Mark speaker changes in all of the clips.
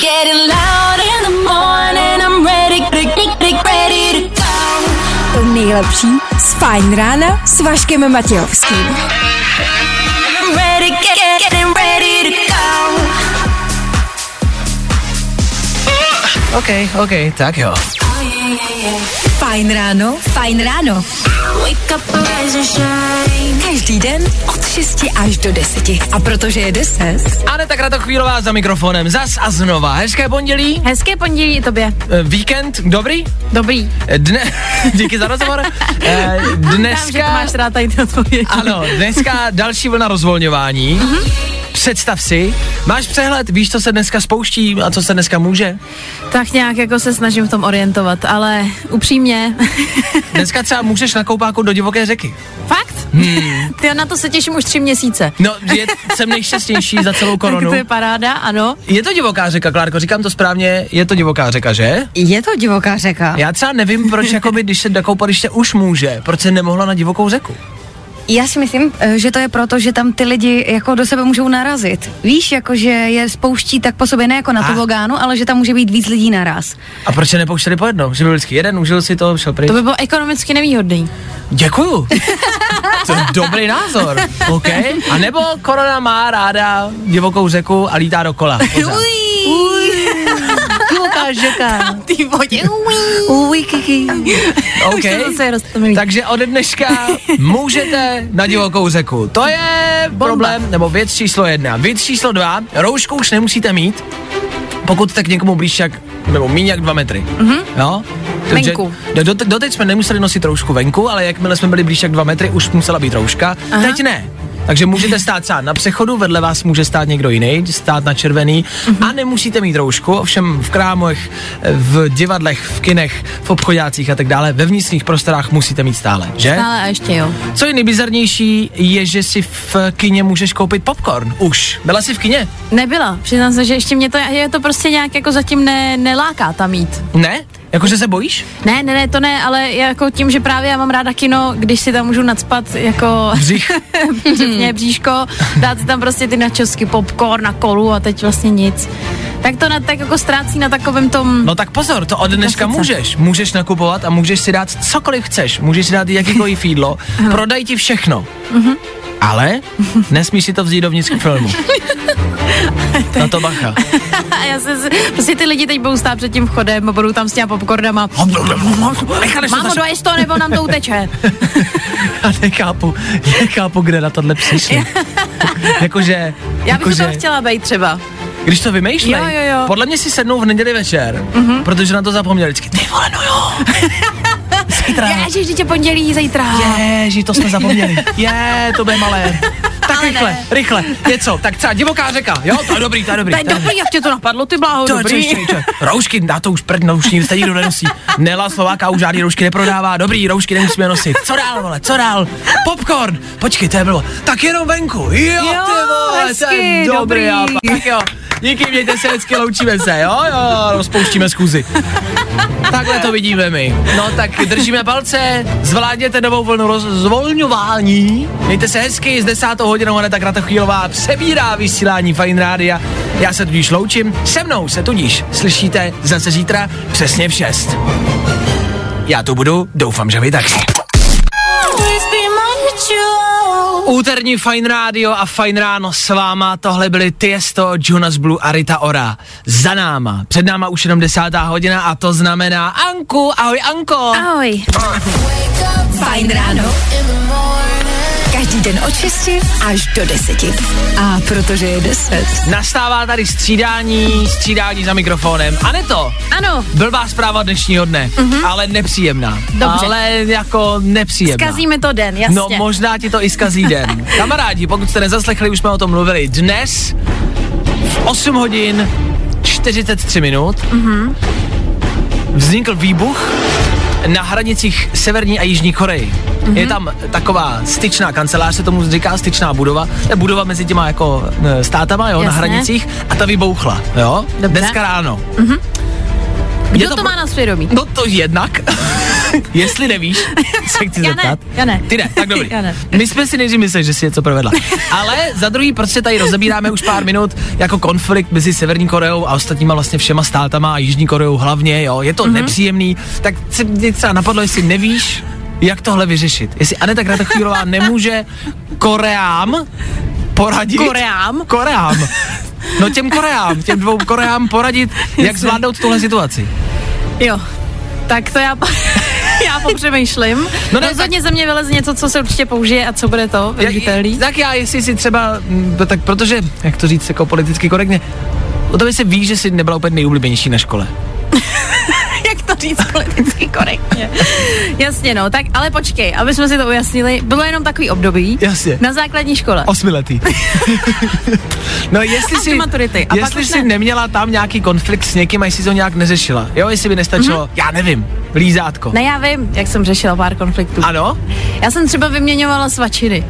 Speaker 1: Getting loud in the morning, I'm ready, ready, ready, ready to go.
Speaker 2: To nejlepší z Fajn rána s Vaškem Matějovským.
Speaker 1: I'm ready, get, get, getting ready to go.
Speaker 3: OK, OK, tak jo.
Speaker 2: Fajn ráno, fajn ráno.
Speaker 1: Wake up, rise and shine.
Speaker 2: Každý den od 6 až do 10. A protože je 10,
Speaker 3: Aneta Kratochvílová za mikrofonem, zas a znova. Hezké pondělí,
Speaker 4: Hezké pondělí i tobě.
Speaker 3: eh, víkend, dobrý? Eh,
Speaker 4: Dobrý.
Speaker 3: Dne, díky za rozhovor. Eh,
Speaker 4: Dám, že to
Speaker 3: Dneska,
Speaker 4: máš rád tady ty odpovědi.
Speaker 3: ano, dneska další vlna rozvolňování. Představ si, máš přehled, víš, co se dneska spouští a co se dneska může?
Speaker 4: Tak nějak jako se snažím v tom orientovat, ale upřímně,
Speaker 3: Dneska třeba můžeš na koupáku do divoké řeky.
Speaker 4: fakt?
Speaker 2: Hmm.
Speaker 4: Ty na to se těším už tři měsíce.
Speaker 3: No, je, jsem nejšťastnější za celou koronu.
Speaker 4: Tak to je paráda, ano.
Speaker 3: Je to divoká řeka, Klárko, říkám to správně, je to divoká řeka, že?
Speaker 2: je to divoká řeka.
Speaker 3: Já třeba nevím, proč jakoby, když se do koupaliště už může, proč se nemohla na divokou řeku.
Speaker 5: Já si myslím, eh, že to je proto, že tam ty lidi jako do sebe můžou narazit. Víš, jako že je spouští tak po sobě, ne jako na
Speaker 4: Ah.
Speaker 3: A.
Speaker 5: tobogánu, ale že tam může být víc lidí naraz.
Speaker 3: A proč se nepouštěli po jednom? Že byl vždycky jeden, užil si to, šel pryč.
Speaker 4: To by bylo ekonomicky nevýhodný.
Speaker 3: Děkuju. to je dobrý názor. OK. A nebo korona má ráda divokou řeku a lítá dokola. Pořád. Divoká řeka.
Speaker 4: Ty vodě.
Speaker 5: Uj, kiki.
Speaker 4: Už
Speaker 3: OK.
Speaker 4: to zase roztomilý.
Speaker 3: Takže ode dneška můžete na divokou řeku. To je problém, nebo věc číslo jedna. Věc číslo dva, roušku už nemusíte mít, pokud jste k někomu blíž jak, nebo míň jak dva metry. Mm-hmm. Jo? Takže
Speaker 4: Venku.
Speaker 3: do- do- Doteď jsme nemuseli nosit roušku venku, ale jakmile jsme byli blíž jak dva metry, už musela být rouška. Aha. Teď ne. Takže můžete stát sám na přechodu, vedle vás může stát někdo jiný, stát na červený a nemusíte mít roušku, ovšem v krámech, v divadlech, v kinech, v obchodácích a tak dále, ve vnitřních prostorách musíte mít stále, že?
Speaker 4: Ale a ještě jo.
Speaker 3: Co je nejbizarnější, je, že si v kině můžeš koupit popcorn. Už. Byla jsi v kině?
Speaker 4: Nebyla. Přiznám se, že ještě mě to, je to prostě nějak jako zatím ne, neláká tam jít.
Speaker 3: Ne? Jakože se bojíš?
Speaker 4: Ne, ne, ne, to ne, ale jako tím, že právě já mám ráda kino, když si tam můžu nadspat jako
Speaker 3: Břich.
Speaker 4: přesně bříško, dát si tam prostě ty načosky, popcorn na kolu a teď vlastně nic. Tak to na, tak jako ztrácí na takovém tom...
Speaker 3: No tak pozor, to od dneška
Speaker 4: sice.
Speaker 3: můžeš. Můžeš nakupovat a můžeš si dát cokoliv chceš. Můžeš si dát jakýkoliv jídlo, prodaj ti všechno.
Speaker 4: Mhm.
Speaker 3: Ale nesmíš si to vzít dovnitř k filmu. Na to bacha. No.
Speaker 4: A já se, z- prostě ty lidi teď budou stát před tím vchodem a budou tam s těma popcornama.
Speaker 3: Necháš to
Speaker 4: Mámo,
Speaker 3: zaš-
Speaker 4: dojez to, nebo nám to uteče.
Speaker 3: Já nechápu, nechápu, kde na tohle přišli. jakože,
Speaker 4: Já bych
Speaker 3: jakože,
Speaker 4: to toho chtěla být třeba.
Speaker 3: když to vymýšlej,
Speaker 4: Jo, jo, Mhm. jo.
Speaker 3: podle mě si sednou v neděli večer, protože na to zapomněli vždycky. Ty vole, no jo. Zítra.
Speaker 4: Ježiš, dítě pondělí, zítra.
Speaker 3: Ježi, to jsme zapomněli. Je, to bude malé. Tak
Speaker 4: Ale
Speaker 3: rychle,
Speaker 4: ne.
Speaker 3: rychle, něco. Tak třeba divoká řeka, jo, to je dobrý, to je dobrý.
Speaker 4: To je dobrý, jak tě to napadlo, ty bláho,
Speaker 3: To je
Speaker 4: dobrý.
Speaker 3: dobrý. Roušky, na to už prdno, už nic nikdo nenosí. Nela Slováka už žádný roušky neprodává, dobrý, roušky nemusíme nosit. Co dál, vole, co dál? Popcorn, počkej, to je bylo. Tak jenom venku, jo, jo ty vole, to je
Speaker 5: hezky, dobrý.
Speaker 3: dobrý. Japa. Tak jo, díky, mějte se hezky, loučíme se, jo, jo, rozpouštíme schůzi. Takhle to vidíme my. No tak držíme palce, zvládněte novou vlnu rozvolňování. Mějte se hezky, z 10. hodinou Aneta Kratochvílová přebírá vysílání Fine Rádia. Já se tudíž loučím, se mnou se tudíž slyšíte zase zítra přesně v 6. Já tu budu, doufám, že vy taky.
Speaker 1: Always be my jewel.
Speaker 3: Úterní Fine Radio a Fine Ráno s váma, tohle byly Tiesto, Jonas Blue a Rita Ora. Za náma, před náma už jenom desátá hodina a to znamená Anku, ahoj Anko.
Speaker 4: Ahoj.
Speaker 2: Fajn ráno. Každý den od 6 až do 10. A protože je 10,
Speaker 3: Nastává tady střídání, střídání za mikrofonem. A ne to,
Speaker 4: Ano,
Speaker 3: blbá zpráva dnešního dne, mm-hmm. ale nepříjemná.
Speaker 4: Dobře.
Speaker 3: Ale jako nepříjemná.
Speaker 4: zkazíme to den, jasně.
Speaker 3: No možná ti to i zkazí den. Kamarádi, pokud jste nezaslechli, už jsme o tom mluvili. Dnes v 8 hodin 43 minut mm-hmm.
Speaker 4: Mhm.
Speaker 3: vznikl výbuch na hranicích Severní a Jižní Koreji.
Speaker 4: Mhm.
Speaker 3: Mm-hmm. Je tam taková styčná kancelář, se tomu říká styčná budova. To je budova mezi těma jako eh, státama, jo, na
Speaker 4: Jasně.
Speaker 3: hranicích. A ta vybouchla, jo,
Speaker 4: Dobře.
Speaker 3: dneska ráno.
Speaker 4: Kdo to, má na svědomí?
Speaker 3: No to jednak. Jestli nevíš, se chci
Speaker 4: Já ne,
Speaker 3: zeptat.
Speaker 4: já ne.
Speaker 3: Ty ne, tak dobrý.
Speaker 4: Já ne.
Speaker 3: My jsme si nejdřív mysleli, že si něco provedla. Ale za druhý prostě tady rozebíráme už pár minut jako konflikt mezi Severní Koreou a ostatníma vlastně všema státama a Jižní Koreou hlavně, jo. Je to
Speaker 4: Mhm.
Speaker 3: mm-hmm. nepříjemný. Tak se mě třeba napadlo, jestli nevíš, jak tohle vyřešit. Jestli Aneta Kratochvílová nemůže Koreám poradit.
Speaker 4: Koreám?
Speaker 3: Koreám. No těm Koreám, těm dvou Koreám poradit, jak zvládnout tuhle situaci.
Speaker 4: Jo, tak to já, já popřemýšlím.
Speaker 3: No
Speaker 4: No
Speaker 3: ne,
Speaker 4: Rozhodně ze mě vyleze něco, co se určitě použije a co bude to využitelný.
Speaker 3: Tak já, jestli si třeba, mm, tak protože, jak to říct jako politicky korektně, o tobě se ví, že jsi nebyla úplně nejoblíbenější na škole.
Speaker 4: Jak to říct politicky korektně. Jasně no, tak ale počkej, aby jsme si to ujasnili. Bylo jenom takový období.
Speaker 3: Jasně.
Speaker 4: Na základní škole.
Speaker 3: Osmiletý. no jestli
Speaker 4: Až
Speaker 3: si,
Speaker 4: do maturity. A pak
Speaker 3: jestli
Speaker 4: už
Speaker 3: jsi
Speaker 4: ne.
Speaker 3: neměla tam nějaký konflikt s někým a jestli jsi to nějak neřešila. Jo, jestli by nestačilo, mm-hmm. já nevím, lízátko.
Speaker 4: Mhm. Ne, No, já vím, jak jsem řešila pár konfliktů.
Speaker 3: Ano?
Speaker 4: Já jsem třeba vyměňovala svačiny.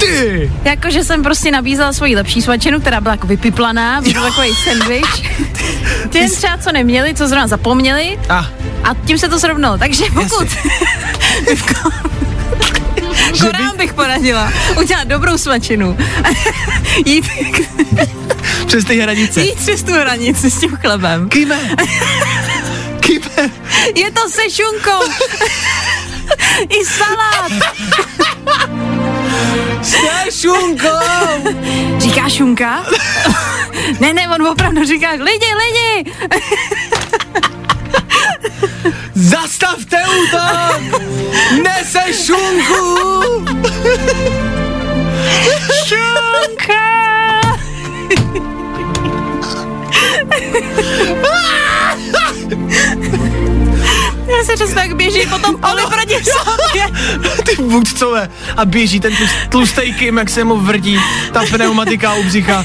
Speaker 3: Ty!
Speaker 4: Jakože jsem prostě nabízela svoji lepší svačinu, která byla jako vypiplaná, byl takový sandwich. Těm třeba co neměli, co zrovna zapomněli
Speaker 3: Ah,
Speaker 4: a tím se to srovnalo. Takže pokud Korán bych poradila udělat dobrou svačinu. jít,
Speaker 3: přes ty hranice.
Speaker 4: jít přes tu hranici s tím chlebem.
Speaker 3: Kýme! Kýme!
Speaker 4: Je to se šunkou. I salát.
Speaker 3: Se šunkou!
Speaker 4: Říká šunka? ne, ne, on opravdu říká, lidi, lidi,
Speaker 3: Zastavte útok! Nese šunku!
Speaker 4: šunka. Já se přesně tak běží potom poli proti sobě.
Speaker 3: Ty vůdcové! A běží ten tlust- tlustej Kim, jak se mu vrtí ta pneumatika u břicha.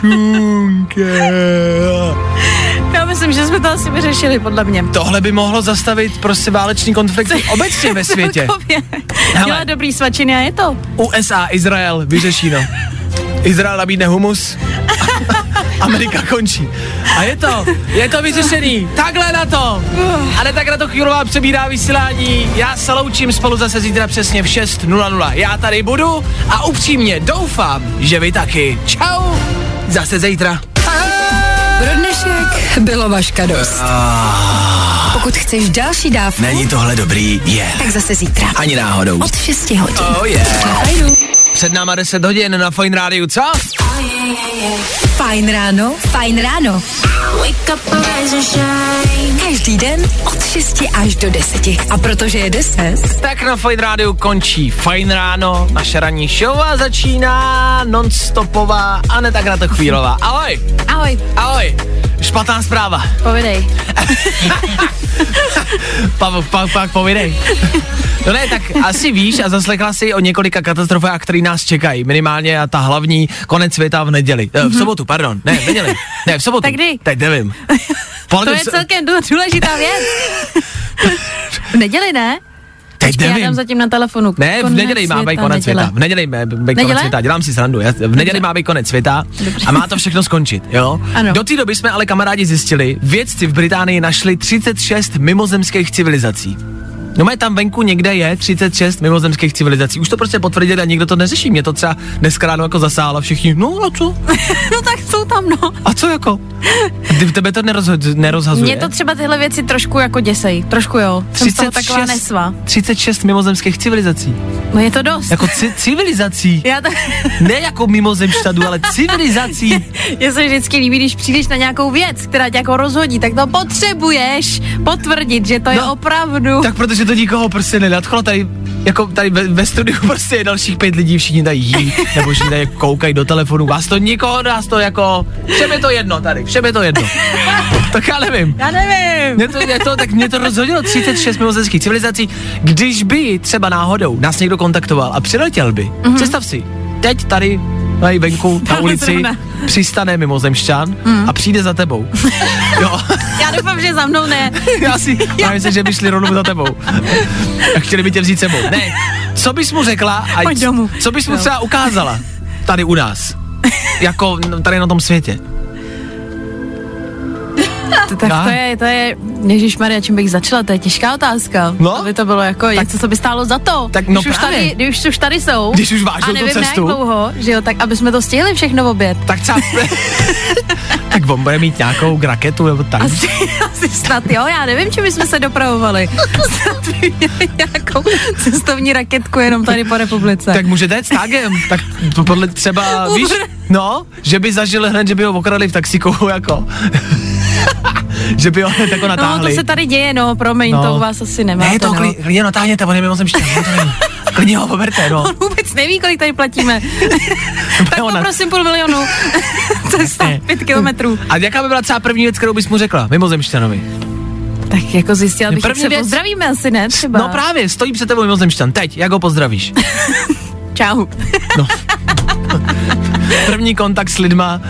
Speaker 3: Šunka.
Speaker 4: Já myslím, že jsme to asi vyřešili, podle mě.
Speaker 3: Tohle by mohlo zastavit prostě válečný konflikt obecně ve světě.
Speaker 4: Celkově.
Speaker 3: Hele.
Speaker 4: Dělá dobrý svačiny a je to.
Speaker 3: USA, Izrael, vyřešeno. Izrael nabídne humus. Amerika končí. A je to, je to vyřešený. Takhle na to. Ale tak na to chvílová přebírá vysílání. Já se loučím spolu zase zítra přesně v 6.00. Já tady budu a upřímně doufám, že vy taky. Čau. Zase zítra.
Speaker 2: Pro dnešek bylo vaška dost. Pokud chceš další dávku,
Speaker 3: tohle dobrý, je. Yeah.
Speaker 2: tak zase zítra
Speaker 3: Ani náhodou.
Speaker 2: od 6 hodin.
Speaker 3: Oh yeah. Před náma 10 hodin na Fine Rádiu, co?
Speaker 2: Fajn ráno, fajn ráno.
Speaker 1: Wake up, rise and shine.
Speaker 2: Každý den od 6 až do 10. A protože je 10,
Speaker 3: Tak na Fine Rádiu končí Fine Ráno, naše ranní show a začíná nonstopová Aneta Kratochvílová. Ahoj,
Speaker 4: Ahoj,
Speaker 3: ahoj, špatná zpráva.
Speaker 4: povidej.
Speaker 3: Pa, pa, pa, povidej. No ne, tak asi víš a zaslechla si o několika katastrofách, které nás čekají. Minimálně a ta hlavní konec světa v neděli. Eh, V sobotu, pardon. Ne, v neděli. Ne, v sobotu.
Speaker 4: Mhm. Tak kdy?
Speaker 3: Teď nevím.
Speaker 4: To
Speaker 3: Pohledem
Speaker 4: je
Speaker 3: se-
Speaker 4: celkem dů- důležitá věc. V neděli ne?
Speaker 3: Teď
Speaker 4: Počkej, já
Speaker 3: nevím.
Speaker 4: dám zatím na telefonu.
Speaker 3: Ne, v
Speaker 4: Konec
Speaker 3: neděli má být
Speaker 4: světa,
Speaker 3: konec
Speaker 4: neděle.
Speaker 3: světa. V neděli má být konec
Speaker 4: Neděle?
Speaker 3: světa. Dělám si srandu. já- V neděli má být konec světa
Speaker 4: Dobře.
Speaker 3: a má to všechno skončit, jo?
Speaker 4: Ano.
Speaker 3: Do té doby jsme ale kamarádi zjistili, vědci v Británii našli 36 mimozemských civilizací. No má tam venku někde je 36 mimozemských civilizací. Už to prostě potvrdili a nikdo to neřeší. Mě to třeba dneska ráno jako zasálo všichni. No a co?
Speaker 4: No tak jsou tam, no.
Speaker 3: A co jako? Ty- Tebe to nerozho- nerozhazuje?
Speaker 4: Mě to třeba tyhle věci trošku jako děsej. Trošku jo. Jsem z toho taková nesva.
Speaker 3: 36 mimozemských civilizací.
Speaker 4: No je to dost.
Speaker 3: Jako ci- civilizací.
Speaker 4: Já tak,
Speaker 3: Ne jako mimozemšťanů, ale civilizací.
Speaker 4: je se vždycky líbí, když přijdeš na nějakou věc, která tě jako rozhodí, tak to potřebuješ potvrdit, že to je
Speaker 3: No,
Speaker 4: opravdu.
Speaker 3: Tak protože to nikoho prostě nenadchlo, tady jako tady ve, ve studiu prostě je dalších pět lidí, všichni tady jí, nebo všichni tady koukají do telefonu, vás to nikoho, nás to jako, všem je to jedno tady, všem je to jedno. tak já nevím.
Speaker 4: Já nevím.
Speaker 3: Mě to, mě to, tak mě to rozhodilo 36 mimozemských civilizací. Když by třeba náhodou nás někdo kontaktoval a přiletěl by, mm-hmm. představ si, teď tady tady venku na
Speaker 4: Tady
Speaker 3: ulici
Speaker 4: zrovna.
Speaker 3: přistane mimozemšťan mm. a přijde za tebou. jo,
Speaker 4: Já doufám, že za mnou ne.
Speaker 3: já si já myslím, že by šli rovnou za tebou. A chtěli by tě vzít sebou. Ne, co bys mu řekla a
Speaker 4: Pojď
Speaker 3: c-
Speaker 4: domů.
Speaker 3: co bys mu
Speaker 4: No.
Speaker 3: třeba ukázala tady u nás? Jako no, tady na tom světě.
Speaker 4: To, tak
Speaker 3: Já.
Speaker 4: to je, to je, Ježíš Maria, čím bych začala, to je těžká otázka.
Speaker 3: No.
Speaker 4: Aby to bylo jako tak, něco, co by stálo za to.
Speaker 3: tak no
Speaker 4: když už
Speaker 3: právě.
Speaker 4: tady, když už tady jsou.
Speaker 3: Když už vážou
Speaker 4: a
Speaker 3: tu
Speaker 4: nevím, jak
Speaker 3: cestu.
Speaker 4: dlouho, že jo, tak aby jsme to stihli všechno v oběd.
Speaker 3: Tak třeba... tak on bude mít nějakou raketu nebo tak.
Speaker 4: Asi, asi snad, jo, já nevím, čím bychom se dopravovali. Snad by měli nějakou cestovní raketku jenom tady po republice.
Speaker 3: Tak můžete jet s tagem, tak to podle třeba, víš, no, že by zažili hned, že by ho okradli v taxiku, jako, že by ho hned jako
Speaker 4: no, to
Speaker 3: natáhli.
Speaker 4: se tady děje, no, promiň,
Speaker 3: No.
Speaker 4: to u vás asi nemá.
Speaker 3: ne, to
Speaker 4: no.
Speaker 3: kli- klidně natáhněte, on je mimo jsem štěný, to není. Klidně ho poberte, no.
Speaker 4: On vůbec neví, kolik tady platíme. tak
Speaker 3: Ona-
Speaker 4: poprosím půl milionu. Cesta
Speaker 3: Jasně.
Speaker 4: pět kilometrů.
Speaker 3: A jaká by byla třeba první věc, kterou bys mu řekla, mimozemšťanovi?
Speaker 4: Tak jako zjistila bych,
Speaker 3: První
Speaker 4: jak se
Speaker 3: věc-
Speaker 4: pozdravíme asi, ne? Třeba.
Speaker 3: No právě, stojí před tebou mimozemšťan, teď, jak ho pozdravíš? No.
Speaker 4: Čau.
Speaker 3: První kontakt s lidma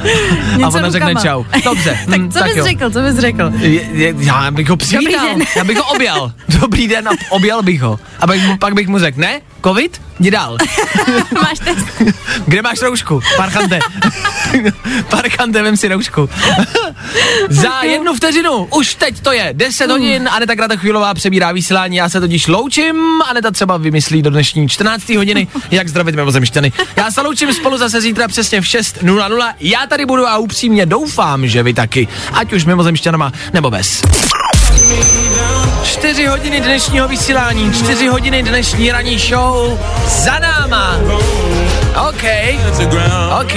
Speaker 3: a
Speaker 4: Něco
Speaker 3: ona řekne
Speaker 4: rukama.
Speaker 3: čau. Dobře,
Speaker 4: tak
Speaker 3: hm,
Speaker 4: co bys
Speaker 3: jo.
Speaker 4: řekl, co bys řekl?
Speaker 3: Je, je, já bych ho přivítal,
Speaker 4: den.
Speaker 3: já bych ho objal. Dobrý den a objal bych ho. A pak, mu- pak bych mu řekl, ne, covid, jdi dál.
Speaker 4: Máš test?
Speaker 3: Kde máš roušku? Parchante. Parchante, vem si roušku. Za jednu vteřinu, už teď to je, 10 hodin, Aneta Kratochvílová přebírá vysílání, já se totiž loučím, Aneta třeba vymyslí do dnešní 14. hodiny, jak zdravit mimozemšťany. Já se loučím spolu zase zítra přesně v 6.00, já tady budu a upřímně doufám, že vy taky, ať už mimozemšťanama nebo bez. 4 hodiny dnešního vysílání, 4 hodiny dnešní ranní show za náma. OK, OK.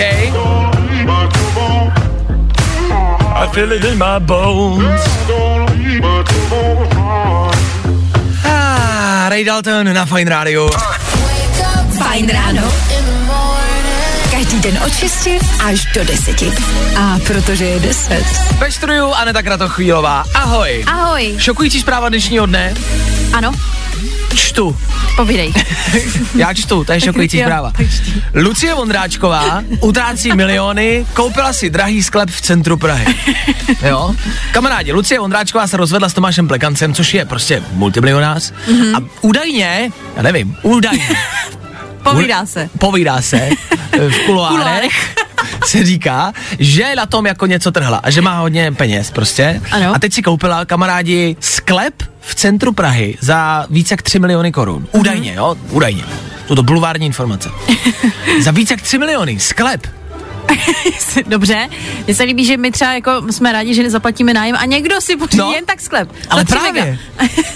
Speaker 3: Ah, Ray Dalton na Fine Radio.
Speaker 2: Fajn ráno. Každý den od 6 až do 10. A protože je 10.
Speaker 3: Ve studiu Aneta Kratochvílová. Ahoj.
Speaker 4: Ahoj.
Speaker 3: Šokující zpráva dnešního dne.
Speaker 4: Ano,
Speaker 3: Čtu.
Speaker 4: povídej.
Speaker 3: Já čtu, to je šokující
Speaker 4: Jo,
Speaker 3: zpráva.
Speaker 4: tak čti.
Speaker 3: Lucie Vondráčková utrácí miliony, koupila si drahý sklep v centru Prahy. Jo? Kamarádi, Lucie Vondráčková se rozvedla s Tomášem Plekancem, což je prostě multimilionář.
Speaker 4: Mhm.
Speaker 3: Mm-hmm. A údajně, já nevím, údajně,
Speaker 4: Povídá se.
Speaker 3: povídá se eh, v kuloárech, se říká, že na tom jako něco trhla a že má hodně peněz prostě.
Speaker 4: Ano.
Speaker 3: A teď si koupila kamarádi sklep v centru Prahy za více jak 3 miliony korun.
Speaker 4: Mhm.
Speaker 3: Údajně, jo, údajně. Jsou to bulvární informace. za více jak 3 miliony, sklep.
Speaker 4: Dobře, mně se líbí, že my třeba jako jsme rádi, že nezaplatíme nájem a někdo si pořídí
Speaker 3: No.
Speaker 4: jen tak sklep.
Speaker 3: Ale
Speaker 4: Za tři
Speaker 3: právě,
Speaker 4: mega.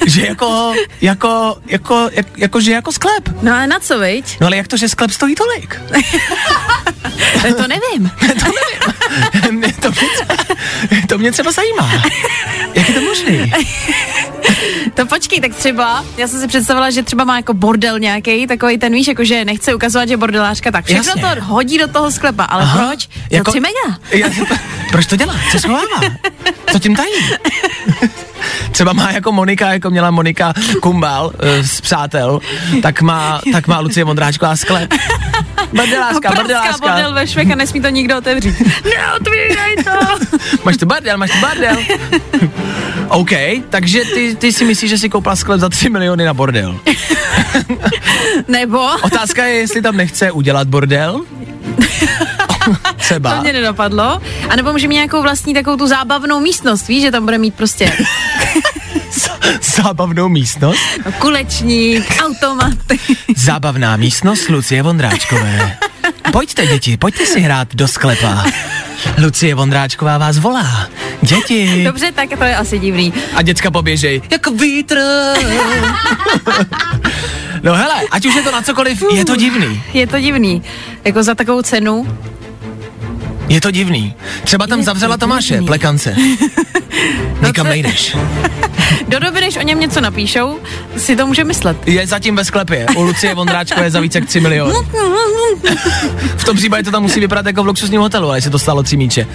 Speaker 3: že jako, jako, jako, jak, jako, že jako sklep.
Speaker 4: No a na co, viď?
Speaker 3: No ale jak to, že sklep stojí tolik?
Speaker 4: To nevím.
Speaker 3: Mě to, mě třeba, to mě třeba zajímá. Jak je to možný?
Speaker 4: To počkej, tak třeba, já jsem si představila, že třeba má jako bordel nějaký, takový ten víš, jakože nechce ukazovat, že bordelářka, tak všechno
Speaker 3: Jasně.
Speaker 4: to hodí do toho sklepa, ale
Speaker 3: Aha,
Speaker 4: proč? Za jako... tři mega.
Speaker 3: Já, proč to dělá? Co schovává? Co tím tají? Třeba má jako Monika, jako měla Monika Kumbal eh, z Přátel, tak má, tak má Lucie Mondráčková sklep. Bardeláska,
Speaker 4: Prská
Speaker 3: bardeláska.
Speaker 4: bordel ve švech a nesmí to nikdo otevřít. Neotvírej to!
Speaker 3: Máš tu bardel, máš tu bardel. OK, takže ty, ty si myslíš, že si koupila sklep za 3 miliony na bordel.
Speaker 4: Nebo,
Speaker 3: Otázka je, jestli tam nechce udělat bordel. Třeba.
Speaker 4: to mě nedopadlo, a nebo může mít nějakou vlastní takovou tu zábavnou místnost, víš, že tam bude mít prostě
Speaker 3: Zábavnou místnost.
Speaker 4: kulečník, automaty.
Speaker 3: Zábavná místnost Lucie Vondráčkové. Pojďte, děti, pojďte si hrát do sklepa. Lucie Vondráčková vás volá. Děti.
Speaker 4: Dobře, tak to je asi divný.
Speaker 3: A děcka poběžej. Jako vítr. No hele, ať už je to na cokoliv, je to divný.
Speaker 4: Uh, Je to divný. Jako za takovou cenu.
Speaker 3: Je to divný. Třeba tam
Speaker 4: Je
Speaker 3: zavřela
Speaker 4: to
Speaker 3: Tomáše,
Speaker 4: divný. No
Speaker 3: plekance. Nikam
Speaker 4: to-
Speaker 3: nejdeš.
Speaker 4: Do doby, než o něm něco napíšou, si to může myslet.
Speaker 3: Je zatím ve sklepě. U Lucie Vondráčkové za více jak 3 miliony.
Speaker 4: No
Speaker 3: V tom případě to tam musí vypadat jako v luxusním hotelu, ale jestli to stálo tři míče.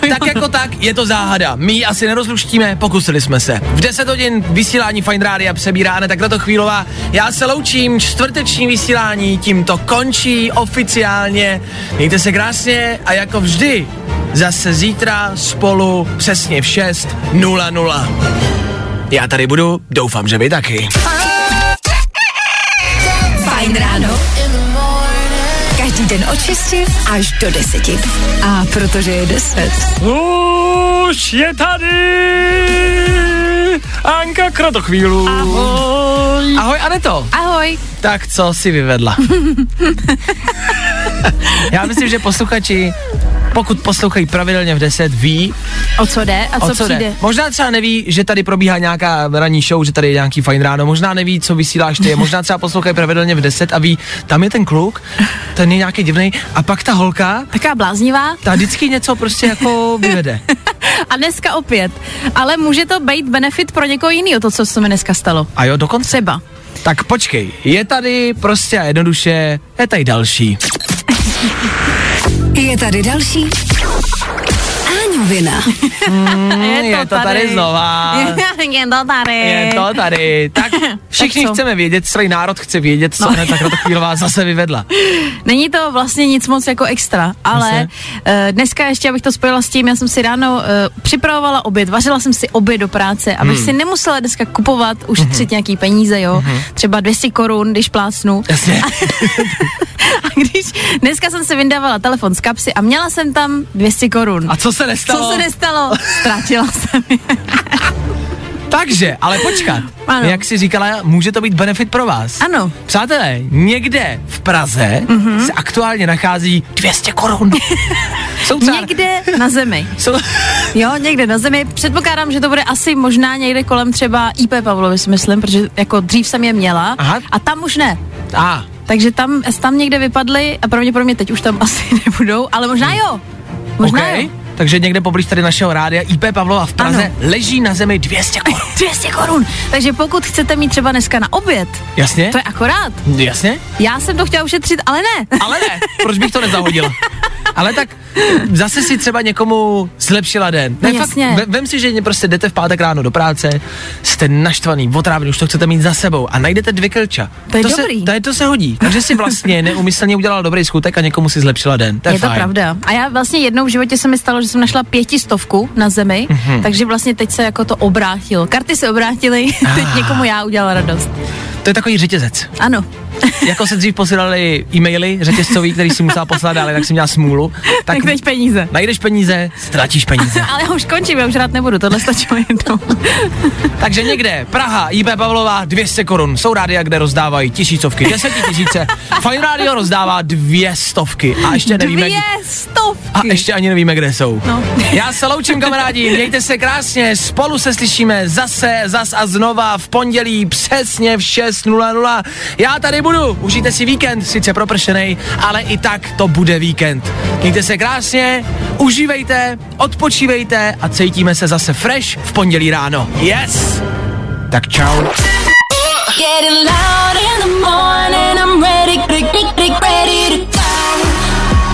Speaker 3: tak jako tak, je to záhada. My ji asi nerozluštíme, pokusili jsme se. V 10 hodin vysílání Fine Rádia přebírá Aneta Kratochvílová. Já se loučím, čtvrteční vysílání tímto končí oficiálně. Mějte se krásně a jako vždy, zase zítra spolu přesně v 6.00. Já tady budu, doufám, že vy taky.
Speaker 2: Fajn ráno. Každý Každý den od 6 až do 10. A protože je 10.
Speaker 6: Už je tady Anka Kratochvílu.
Speaker 4: Ahoj.
Speaker 3: Ahoj Aneto,
Speaker 4: Ahoj.
Speaker 3: tak co si vyvedla? Já myslím, že posluchači, pokud poslouchají pravidelně v 10, ví,
Speaker 4: O co jde a co,
Speaker 3: o co
Speaker 4: přijde?
Speaker 3: jde. Možná třeba neví, že tady probíhá nějaká ranní show, že tady je nějaký fajn ráno, možná neví, co vysíláš ty, možná třeba poslouchají pravidelně v 10 a ví, tam je ten kluk, ten je nějaký divný, a pak ta holka,
Speaker 4: Taká bláznivá.
Speaker 3: ta vždycky něco prostě jako vyvede.
Speaker 4: A dneska opět. Ale může to být benefit pro někoho jiného, to, co se mi dneska stalo.
Speaker 3: A jo, dokonce.
Speaker 4: Třeba.
Speaker 3: Tak počkej, je tady prostě a jednoduše, je tady další.
Speaker 2: Je tady další. Áňovina.
Speaker 3: Mm, je to tady znova.
Speaker 4: je to tady.
Speaker 3: Je to tady. Tak všichni
Speaker 4: co?
Speaker 3: chceme vědět, celý národ chce vědět, co no. Aneta Kratochvílová zase vyvedla.
Speaker 4: Není to vlastně nic moc jako extra, ale eh, dneska ještě, abych to spojila s tím, já jsem si ráno eh, připravovala oběd, vařila jsem si oběd do práce, abych
Speaker 3: Hmm.
Speaker 4: si nemusela dneska kupovat,
Speaker 3: Mhm.
Speaker 4: ušetřit nějaký peníze, jo, třeba 200 korun, když plácnu.
Speaker 3: Jasně.
Speaker 4: A když dneska jsem si vyndávala telefon z kapsy a měla jsem tam 200 korun.
Speaker 3: A co se nestalo?
Speaker 4: Co se nestalo? Ztratila jsem je.
Speaker 3: Takže, ale počkat.
Speaker 4: Ano.
Speaker 3: Jak si říkala, může to být benefit pro vás.
Speaker 4: Ano. Mhm.
Speaker 3: Přátelé, někde v Praze se aktuálně nachází 200 korun. Jsou třeba...
Speaker 4: Někde na zemi.
Speaker 3: Jsou...
Speaker 4: Jo, někde na zemi. Předpokládám, že to bude asi možná někde kolem třeba IP Pavlovy, si myslím, protože jako dřív jsem je měla
Speaker 3: Aha.
Speaker 4: a tam už ne.
Speaker 3: A,
Speaker 4: Takže tam, tam někde vypadly a pravděpodobně teď už tam asi nebudou, ale možná jo. Možná
Speaker 3: okay.
Speaker 4: jo.
Speaker 3: Takže někde poblíž tady našeho rádia IP Pavlova v Praze
Speaker 4: Ano.
Speaker 3: leží na zemi 200 korun.
Speaker 4: 200 korun. Takže pokud chcete mít třeba dneska na oběd,
Speaker 3: Jasně?
Speaker 4: Eh, to je akorát.
Speaker 3: Jasně?
Speaker 4: Já jsem to chtěla ušetřit, ale ne.
Speaker 3: Ale ne, proč bych to nezahodila? Ale tak zase si třeba někomu zlepšila den.
Speaker 4: No jasně.
Speaker 3: ve- vem si, že prostě jdete v pátek ráno do práce, jste naštvaný, otrávený, už to chcete mít za sebou a najdete dvě kilča.
Speaker 4: To je
Speaker 3: se,
Speaker 4: dobrý.
Speaker 3: To, je, to se hodí. Takže si vlastně neumyslně udělala dobrý skutek a někomu si zlepšila den. To je,
Speaker 4: je to
Speaker 3: fajn.
Speaker 4: pravda. A já vlastně jednou v životě se mi stalo, že jsem našla pětistovku na zemi,
Speaker 3: Mhm.
Speaker 4: mm-hmm. takže vlastně teď se jako to obrátilo. Karty se obrátily, teď
Speaker 3: Ah.
Speaker 4: někomu já udělala radost.
Speaker 3: To je takový řetězec.
Speaker 4: Ano.
Speaker 3: Jako se dřív posílali e-maily řetězcový, který si musela poslat, ale tak jsem měla smůlu. Tak, No.
Speaker 4: Tak teď peníze.
Speaker 3: najdeš peníze, ztratíš peníze.
Speaker 4: Ale já už končím, já už rád nebudu, tohle stačilo jednou.
Speaker 3: Takže někde, Praha, IB Pavlová, 200 korun. Jsou rádia, kde rozdávají tisícovky, desetitisíce. Fine Radio rozdává dvě stovky. A ještě nevíme,
Speaker 4: Dvě stovky.
Speaker 3: a ještě ani nevíme, kde jsou.
Speaker 4: No.
Speaker 3: Já se loučím, kamarádi, mějte se krásně, spolu se slyšíme zase, zas a znova v pondělí přesně v 6.00. Já tady budu, užijte si víkend, sice propršenej, ale i tak to bude víkend. Mějte se krásně, užívejte, odpočívejte a cítíme se zase fresh v pondělí ráno. Yes! Tak čau.
Speaker 1: Getting loud in the morning, I'm ready, ready, ready, ready to go.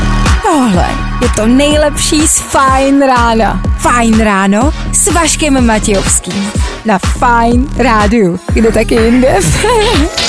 Speaker 7: Tohle je to nejlepší z Fajn rána. Fajn ráno s Vaškem Matějovským. Na Fajn rádiu. Kde taky jinde?